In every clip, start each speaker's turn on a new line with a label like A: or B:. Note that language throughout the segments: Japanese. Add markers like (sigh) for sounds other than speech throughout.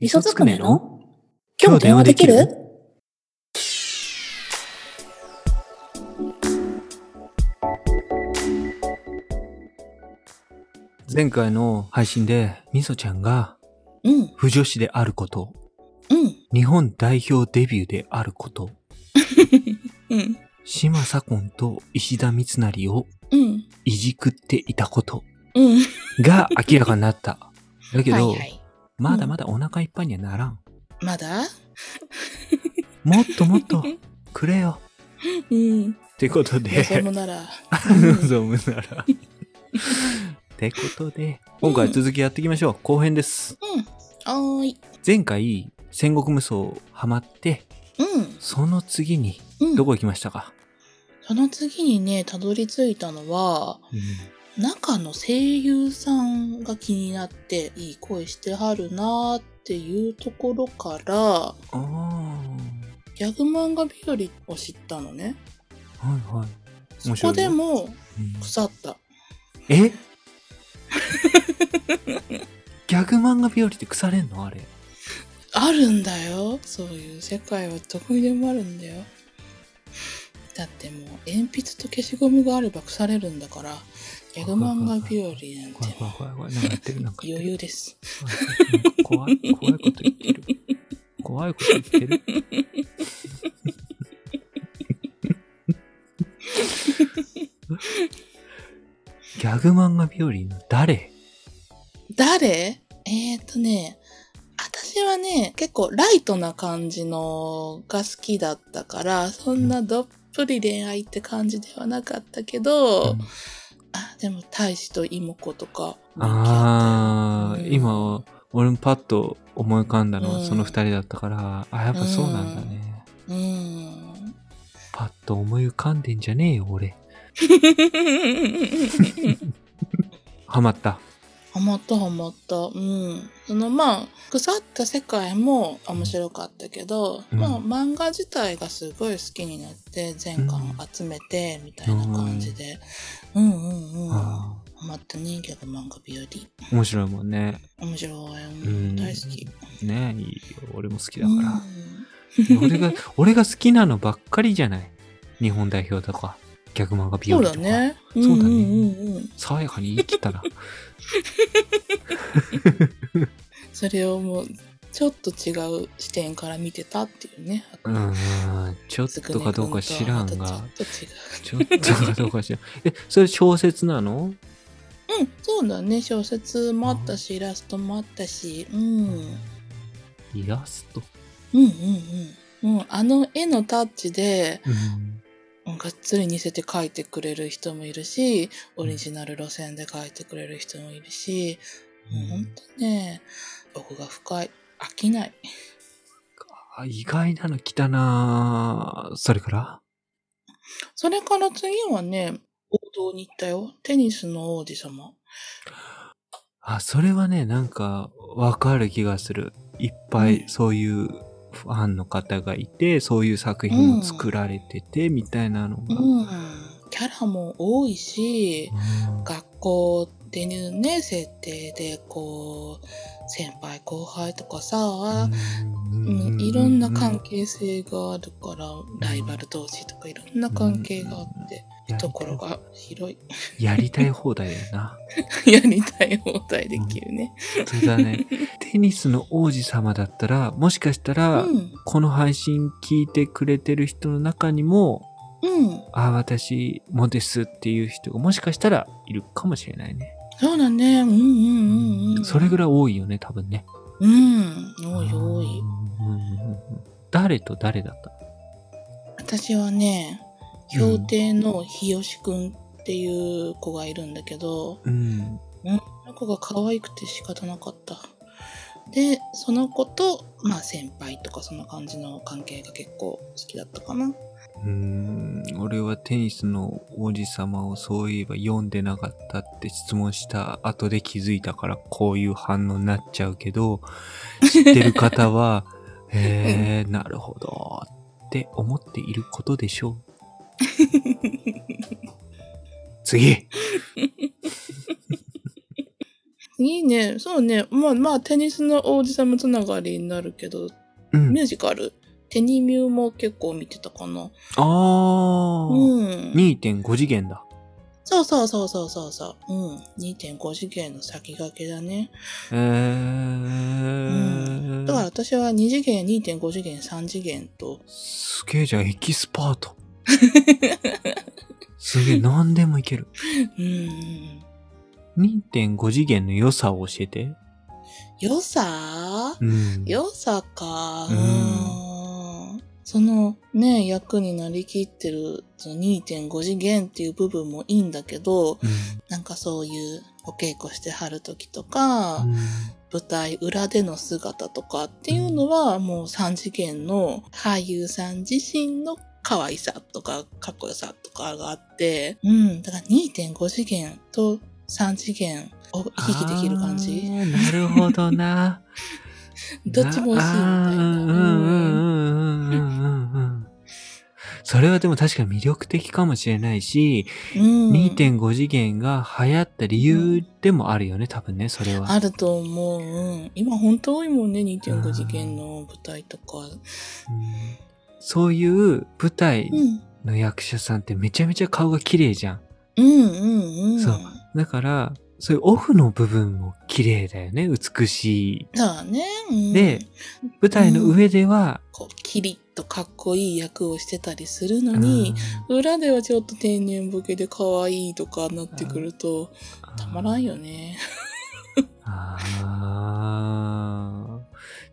A: 味噌つくねの今日電話できる
B: 前回の配信で、みそちゃんが、
A: うん、
B: 不女子であること、
A: うん、
B: 日本代表デビューであること、
A: うん、
B: 島左近と石田三成を
A: うん、
B: いじくっていたこと
A: うん。
B: が明らかになった。だけど、
A: はいはい。
B: まだまだお腹いっぱいにはならん。
A: まだ
B: もっともっ
A: (laughs)
B: と、くれよ。
A: うん。
B: ってことで、
A: 望むなら。
B: 望むなら。ってことで、今回続きやっていきましょう。後編です。
A: うん。おーい。
B: 前回、戦国無双ハマって、
A: う
B: その次に、
A: ん。うん。
B: どこ行きましたか、
A: その次にね、たどり着いたのは、
B: うん
A: 中の声優さんが気になって、いい声してはるなーっていうところから、
B: あ
A: ギャグ漫画日和を知ったのね。
B: あ、はいはい。
A: そこで
B: 面
A: も
B: うん
A: 腐った。
B: えギャグ漫画日和って腐れんのあれ。
A: あるんだよそういう世界はどこにでもあるんだよだってもう鉛筆と消しゴムがあれば腐れるんだからギャグ漫画日和なん
B: 怖い
A: て
B: 怖い怖い怖い。なんかやってるなんかやって
A: 余
B: る
A: 裕です
B: 怖い怖いこと言ってる。怖いこと言って (laughs) る。ギャグ漫画日和の誰
A: 誰えー、とね私はね結構ライトな感じのが好きだったからそんなどっぷり恋愛って感じではなかったけど、あでも大使と妹子とか
B: ああ、
A: うん
B: 今、俺もパッと思い浮かんだの
A: う
B: は
A: ん
B: その二人だったから、あ、やっぱそうなんだね。
A: うん
B: パッと思い浮かんでんじゃねえよ、俺。ハマった。
A: ハマったハマった。うん。そのまあ、腐った世界も面白かったけど、
B: うん
A: まあ漫画自体がすごい好きになって、全巻集めて、みたいな感じで。うんうんうん。ハ
B: あ
A: マったね、ギャグ漫画日
B: あ面白いもんね。
A: 和。面白い。う、
B: うんん
A: 大好き。
B: ねえ、いいよ。俺も好きだから。
A: うん
B: 俺
A: (laughs)
B: が、俺が好きなのばっかりじゃない。日本代表とか、逆漫画美
A: そ
B: 容
A: う
B: と
A: だ
B: か。
A: ね。
B: そうだね
A: うんうんうんうん。
B: 爽やかに言い切
A: (laughs)
B: ったな。
A: それをもう、ちょっと違う視点から見てたっていうね。
B: うーん、ちょっ
A: つ
B: とかどうか知らんが、
A: ちょっと違う。
B: ちょっとかどうか知らん。え、それ小説なの
A: うん、そうだね。小説もあったし、イラストもあったし、うん。うん
B: イラスト。
A: うんうん。もうあの絵のタッチで、
B: うん。
A: うんがっつり似せて描いてくれる人もいるし、オリジナル路線で描いてくれる人もいるし、もうほんとね、奥が深い。飽きない。
B: あ意外なの来たなぁそれから
A: それから次はね、王道に行ったよ。テニスの王子様。
B: あ、それはね、なんか、わかる気がする。いっぱ
A: う
B: い
A: ん
B: そういうファンの方がいて、そういう作品を作られてて、みたいなの
A: う
B: が。
A: ん。キャラも多いし、
B: うん
A: 学校でね設定でこう先輩後輩とかさ、
B: う
A: うん、いろんな関係性があるから、ライバル同士とかいろんな関係があって、
B: 係
A: ところが広
B: やりたい放題だよな。
A: い (laughs) やりたい放題できるね。
B: それだ
A: (laughs)
B: ね。テニスの王子様だったら、もしかした
A: う
B: ら、
A: ん
B: この配信聞いてくれてる人の中にも、
A: うん
B: あ、私もですっていう人がもしかしたらいるかもしれないね。
A: そうだねうんうんうんうん
B: それぐ
A: らい
B: らい多いよね、多分ね。
A: うん多い多い
B: うんうんうんうん誰と誰だった
A: 私はね氷亭の日吉くんっていう子がいるんだけど、
B: うん。
A: その子が可愛くて仕方なかった。で、その子と、まあ先輩とかそんな感じの関係が結構好きだったかな。
B: うん俺はテニスの王子様をそういえば読んでなかったって質問した後で気づいたからこういう反応になっちゃうけど、知ってる方
A: (laughs)
B: は、えー、なるほどって思っていることでしょう。次
A: いいね。そうね。まあまあ、テニスの王子様つながりになるけど、
B: うん
A: ミュージカル、テニミューも結構見てたかな。
B: あー、
A: うん。
B: 2.5次元だ。
A: そうそうそうそうそうそう。うん。2.5次元の先駆けだね。
B: えー。
A: だから私は2次元、2.5次元、3次元と。
B: すげえじゃん、エキスパート。 (laughs) すげえ、何でもいける。
A: うん。
B: 2.5次元の良さを教えて。
A: 良さ
B: うん。
A: 良さか。
B: う
A: うんん。そのね、役になりきってるその2.5次元っていう部分もいいんだけど、
B: うん。
A: なんかそういうお稽古してはる時とか、
B: うん
A: 舞台裏での姿とかっていうのは、もう3次元の俳優さん自身の可愛さとかかっこよさとかがあって、うん、だから2.5次元と3次元を行き来できる感
B: あ
A: じ。
B: ーなるほどな。
A: (laughs) どっちも欲しいみたいな
B: あーうんうんうんうんうんうん。それはでも確かに魅力的かもしれないし、
A: うん、
B: 2.5次元が流行った理由でもあるよね、多分ね、それは。
A: あると思う。うん今本当多いもんね、2.5次元の舞台とか。
B: うんそういう舞台
A: うん。
B: の役者さんってめちゃめちゃ顔が綺麗じゃん。
A: うんうんうん。
B: そうだから、そういうオフの部分も綺麗だよね、美し
A: そうだね。うん、
B: い。で、舞台の上では、
A: こう、キリッとかっこいい役をしてたりするの
B: うん
A: に、裏ではちょっと天然ボケで可愛いとかなってくると、たまらんよね。
B: あー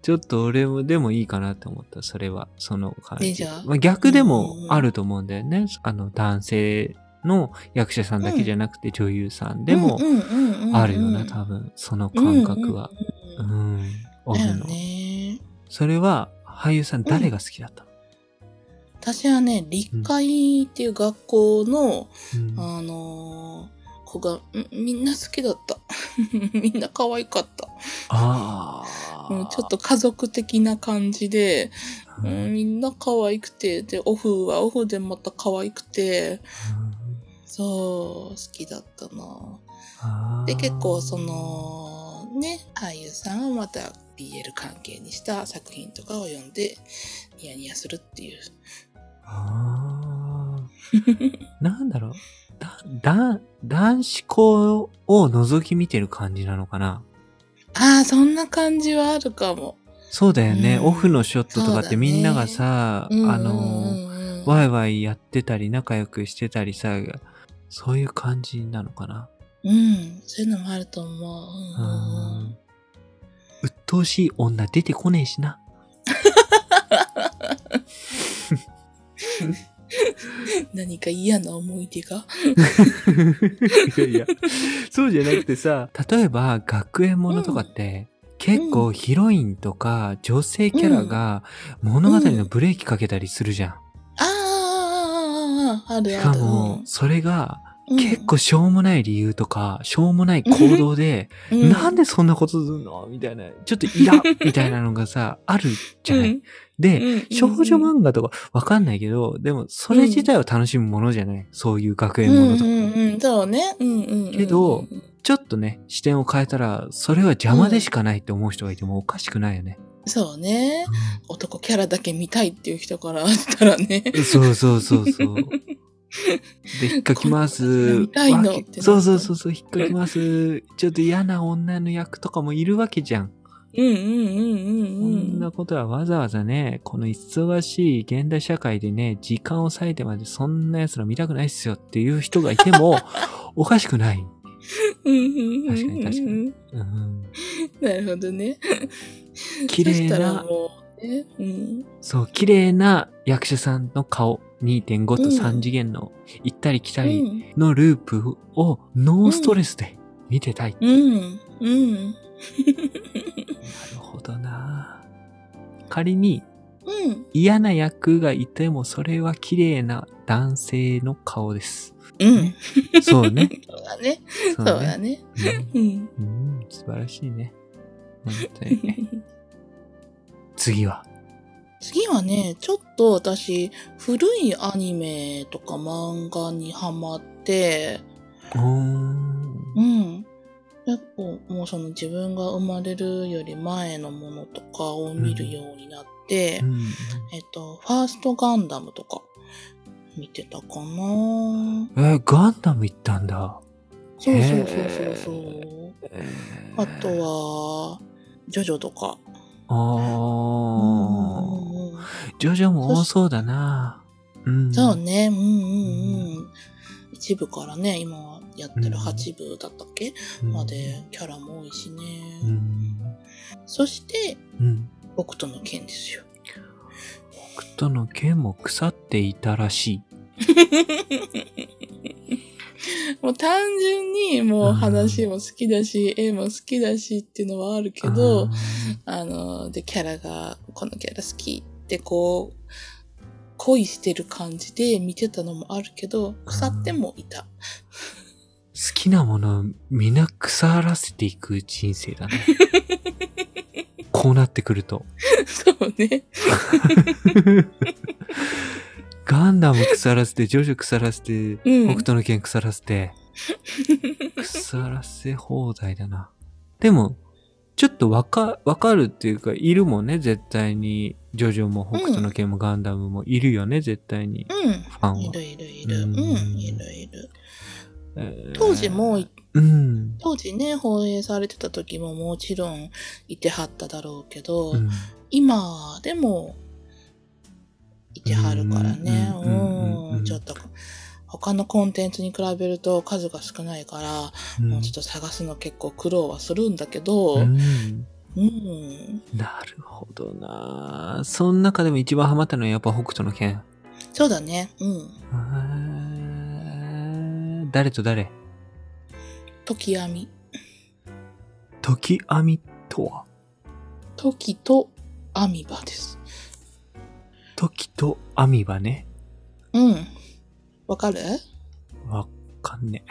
B: ちょっと俺もでもいいかなって思った、それは。その感
A: いい
B: じ。
A: じゃん
B: まあ、逆でも
A: うんうん
B: あると思うんだよね。あの、男性の役者さんだけじゃなくて女優さんでも
A: うんうんうんうん
B: あるよな、多分。その感覚は。
A: う
B: うんん。オ
A: だ
B: フ
A: よ
B: の。
A: ね。
B: それは、俳優さん誰が好きだったの
A: 私はね、立海っていう学校の、
B: うん
A: あのー子が、んみんな好きだった。 (laughs) みんな可愛かった。
B: ああ、
A: うんちょっと家族的な感じで、
B: う、
A: うんんみんな可愛くて、で、オフはオフでまた可愛くて、そう、好きだったな。
B: あー
A: で結構そ、のね俳優さんをまた BL 関係にした作品とかを読んでニヤニヤするっていう
B: あーなんだろうだだ男子校を覗き見てる感じなのかな
A: ああそんな感じはあるかも
B: そうだよね、
A: うん
B: オフのショットとかっ
A: そうだ
B: て
A: ね
B: みんながさ、
A: うんうんうん
B: あの、
A: うん
B: ワイワイやってたり仲良くしてたりさそういう感じなのかな
A: うんそういうのもあると思う
B: う
A: うん
B: ん鬱陶しい女出てこねえしな
A: 何か嫌な思い出が
B: (laughs) いやいや、そうじゃなくてさ、例えば学園ものとかって、結構ヒロインとか女性キャラが物語のブレーキかけたりするじゃん。
A: ああああああある
B: し
A: あ
B: か
A: る
B: も、それが
A: うん
B: 結構しょうもない理由とか、しょうもない行動で、
A: うん
B: なんでそんなことするのみたいな、ちょっとイラ
A: (laughs)
B: みたいなのがさ、あるじゃな
A: う
B: い
A: ん。
B: で、
A: うん
B: 少女漫画とかわかんないけど、でもそれ自体を楽しむものじゃないそういう学園ものとか
A: う
B: も。
A: んうんうんそうねうんうんうん
B: けどちょっとね、視点を変えたら、それは邪魔でしかないって思う人がいてもおかしくないよね。
A: そうね男キャラだけ見たいっていう人からしたらね
B: そうそうそうそう。 (laughs) で、引っかきます。
A: こんな感じが見たいの
B: わ
A: ってなっちゃう
B: そうそうそうそう、引っかきます。ちょっと嫌な女の役とかもいるわけじゃん。
A: うんうんうん
B: こ
A: うんうん。
B: んなことはわざわざね、この忙しい現代社会でね、時間を割いてまでそんな奴ら見たくないっすよっていう人がいて
A: (laughs)
B: も、おかしくない。
A: 確
B: 確かに確かに。うん、
A: なるほどね。
B: 綺麗
A: そしたら
B: な
A: もうね、うん。
B: そう、綺麗な役者さんの顔、2.5と
A: うん
B: 3次元の行ったり来た
A: う
B: り
A: ん。
B: のループをノーストレスで見てたい。
A: うん。うん。
B: なるほどな仮に
A: うん。
B: 嫌な役がいてもそれは綺麗な男性の顔です。
A: うん。
B: そう
A: (laughs)
B: ね。
A: そうだね。
B: そ
A: そうう
B: ね。
A: だね。
B: うん
A: うん。
B: うん、素晴らしいね。本当に
A: (laughs)
B: 次は。
A: 次はね、ちょっと私、古いアニメとか漫画にハマって、
B: うーん。
A: うん。結構もうその自分が生まれるより前のものとかを見るようになって、
B: うん
A: えっと、ファーストガンダムとか見てたかな
B: えーガンダム行ったんだ。
A: そうそうそうそうそう。
B: えー
A: あとは、ジョジョとか。
B: あ
A: うん
B: あ。
A: うんうん
B: ジョジョも多そうだな。うん。
A: そうね、うんうんうん。一部からね、今やってる8部だったっけ、
B: うん
A: ま。でキャラも多いしね。
B: うん。
A: そして、
B: うん。
A: 北斗の剣ですよ。
B: 北斗の剣も腐っていたらしい。
A: もう単純にもう話も好きだし、絵も好きだしっていうのはあるけ
B: う
A: ど、
B: ん、
A: あの、で、キャラが、このキャラ好きってこう、恋してる感じで見てたのもあるけど、腐ってもいた。 (laughs)
B: 好きなもの、みんな腐らせていく人生だね。こうなってくると。
A: そうね。
B: ガンダム腐らせて、ジョジョ腐らせて、
A: うん
B: 北斗の剣腐らせ
A: (laughs)
B: て、腐らせ放題だな。でも、ちょっとわか、わかるっていうか、いるもんね、絶対に。ジョジョも北斗の剣もガンダムもいるよね、絶対に。
A: う
B: ファン
A: ん。い
B: は。
A: るいるいる。
B: う
A: うんん、いるいる。当時も、
B: うん、
A: 当時ね、放映されてた時ももちろんいてはっただろうけど、
B: うん。
A: 今でもいてはるからね。
B: うんうんうんうん
A: うん。ちょっと、他のコンテンツに比べると数が少ないから、
B: うん
A: もうちょっと探すの結構苦労はするんだけど、
B: う
A: うん。
B: んなるほどなその中でも一番ハマったのはやっぱ北斗の剣。
A: そうだね。うん。
B: へー誰と誰
A: 時闇。
B: 時網とは
A: 時と網場です。
B: 時と網はね。
A: うん。わかる
B: わかんねえ。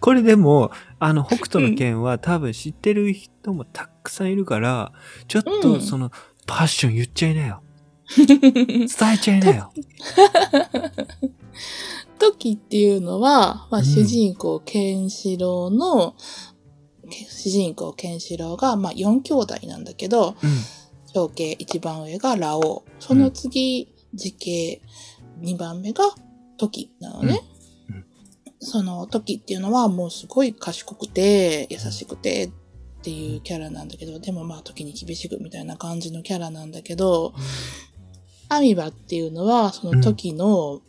B: これでも、あの、北斗の剣は多分知ってる人もたくさんいるから、ちょっ
A: う
B: と
A: ん
B: その、パッション言っちゃいなよ。伝えちゃいな
A: (laughs)
B: よ。
A: 時っていうのは、
B: う
A: まあ、
B: ん
A: 主人公ケンシロウの、け主人公ケンシロウが、まあ、4兄弟なんだけ
B: う
A: ど、
B: ん。
A: 長兄一番上がラオウ、その次、時系2番目が時なのね。
B: うんうん
A: その時っていうのはもうすごい賢くて、優しくて、っていうキャラなんだけど、でもまあ時に厳しくみたいな感じのキャラなんだけど、アミバっていうのは、その時の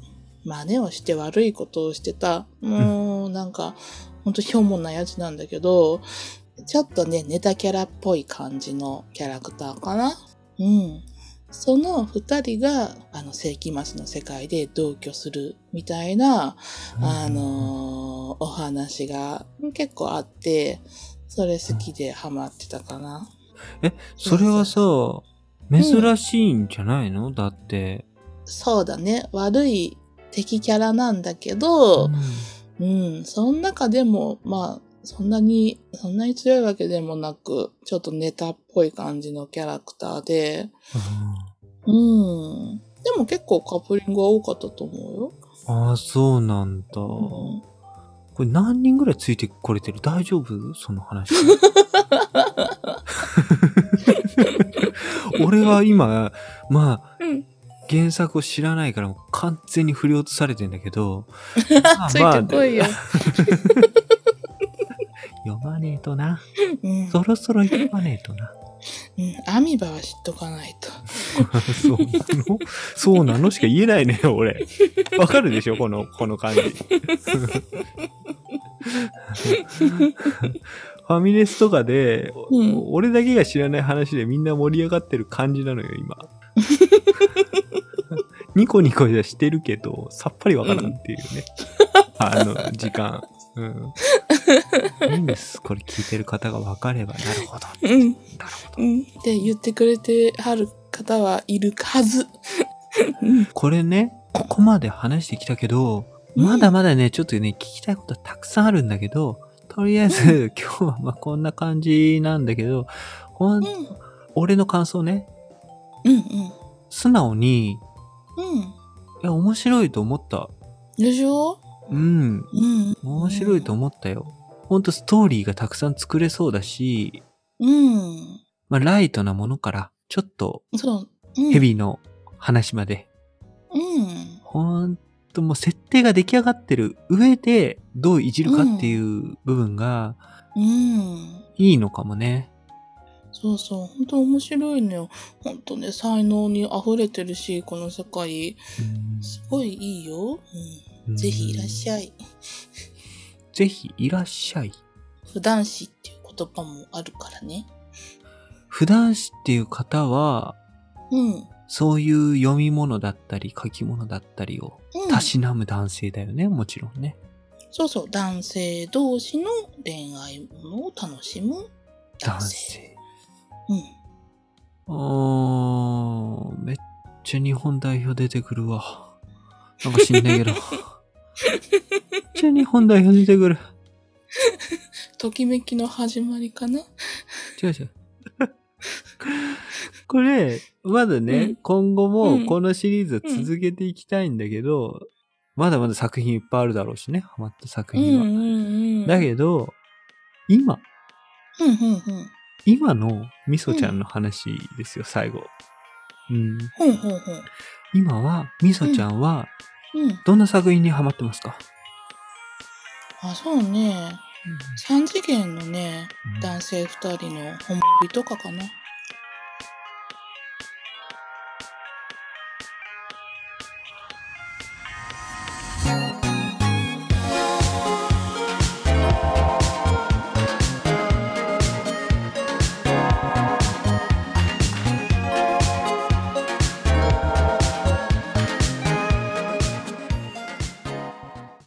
A: 真似をして悪いことをしてた、もうなんか、ほんとひょもんなやつなんだけど、ちょっとね、ネタキャラっぽい感じのキャラクターかな。うん。その二人が、あの、世紀末の世界で同居するみたいな、あのーお話が結構あって、それ好きでハマってたかな。
B: それはさ、珍しいんじゃないのだって。
A: そうだね。悪い敵キャラなんだけど
B: うん、
A: うん、その中でも、まあ、そんなに、そんなに強いわけでもなく、ちょっとネタっぽい感じのキャラクターで、うん。でも結構カップリングは多かったと思うよ。
B: ああ、そうなんだ。
A: うん
B: これ何人ぐらいついてこれてる大丈夫その話。 (laughs) 俺は今、まあ、
A: うん
B: 原作を知らないからもう完全に振り落とされてんだけ
A: (laughs)。
B: ど
A: ついてこいよ。
B: まあ。読まねえとな。
A: うん。
B: そろそろ読まねえとな。
A: うんアミバは知っとかないと。
B: (laughs) そうなのそうなのしか言えないね、俺。わかるでしょこの、この感
A: (laughs)
B: じ。ファミレスとかで、お
A: うん
B: 俺だけが知らない話でみんな盛り上がってる感じなのよ、今。 (laughs) ニコニコじゃしてるけど、さっぱりわからんっていうね。あの、時間。
A: (laughs)
B: うん。いいんです。これ聞いてる方がわかれば、なるほど。
A: うん。
B: なるほど。
A: うん。って言ってくれてはる方はいるはず。
B: これね、ここまで話してきたけど、まだまだね、ちょっとね、聞きたいことたくさんあるんだけど、とりあえず、今日はまあこんな感じなんだけど、ほん
A: う、ん。
B: 俺の感想ね、
A: うん
B: 素直に、
A: うん。うん。
B: いや、面白いと思った。
A: でしょ
B: うん、
A: うん。
B: 面白いと思ったよ。ほんとストーリーがたくさん作れそうだし、
A: うん。
B: まあライトなものから、ちょっと
A: そう。うん、
B: ヘビーの話まで、
A: うん。
B: ほんともう設定が出来上がってる上で、どういじるかっていう部分が
A: うん。
B: いいのかもね。
A: そうそう。本当面白いのよ。本当ね、才能に溢れてるし、この世界。すごいいいよ。うん。ぜひいらっし
B: ゃい。
A: ゃい。
B: ぜひいらっしゃい。
A: 普段子っていう言葉もあるからね。
B: 普段子っていう方は、
A: うん。うん。
B: そういう読み物だったり書き物だったりをたしなむ男性だよね、もちろんね。
A: そうそう。男性同士の恋愛ものを楽しむ男
B: 男
A: 性。
B: 性。
A: う
B: あ
A: ん。
B: ー、めっちゃ日本代表出てくるわ。なんか死ん
A: (laughs)
B: ないけど。めっちゃ日本代表出てくる。
A: ときめきの始まりかな
B: 違う違う。 (laughs) これ、まだね、
A: うん
B: 今後
A: う
B: も
A: ん
B: このシリーズは続けていきたいんだけど、まだまだ作品いっぱいあるだろうしね、ハマった作
A: うん
B: 品
A: う
B: は。
A: んうん。
B: だけど、今、
A: うんうんうん。
B: 今のみそちゃんの話ですよ、最後。うん。
A: ほんほんほん。
B: 今は、みそちゃんは、
A: うん。
B: どんな作品にハマってますか、
A: あ、そうね。三次元のね、男性二人の本日とかかな。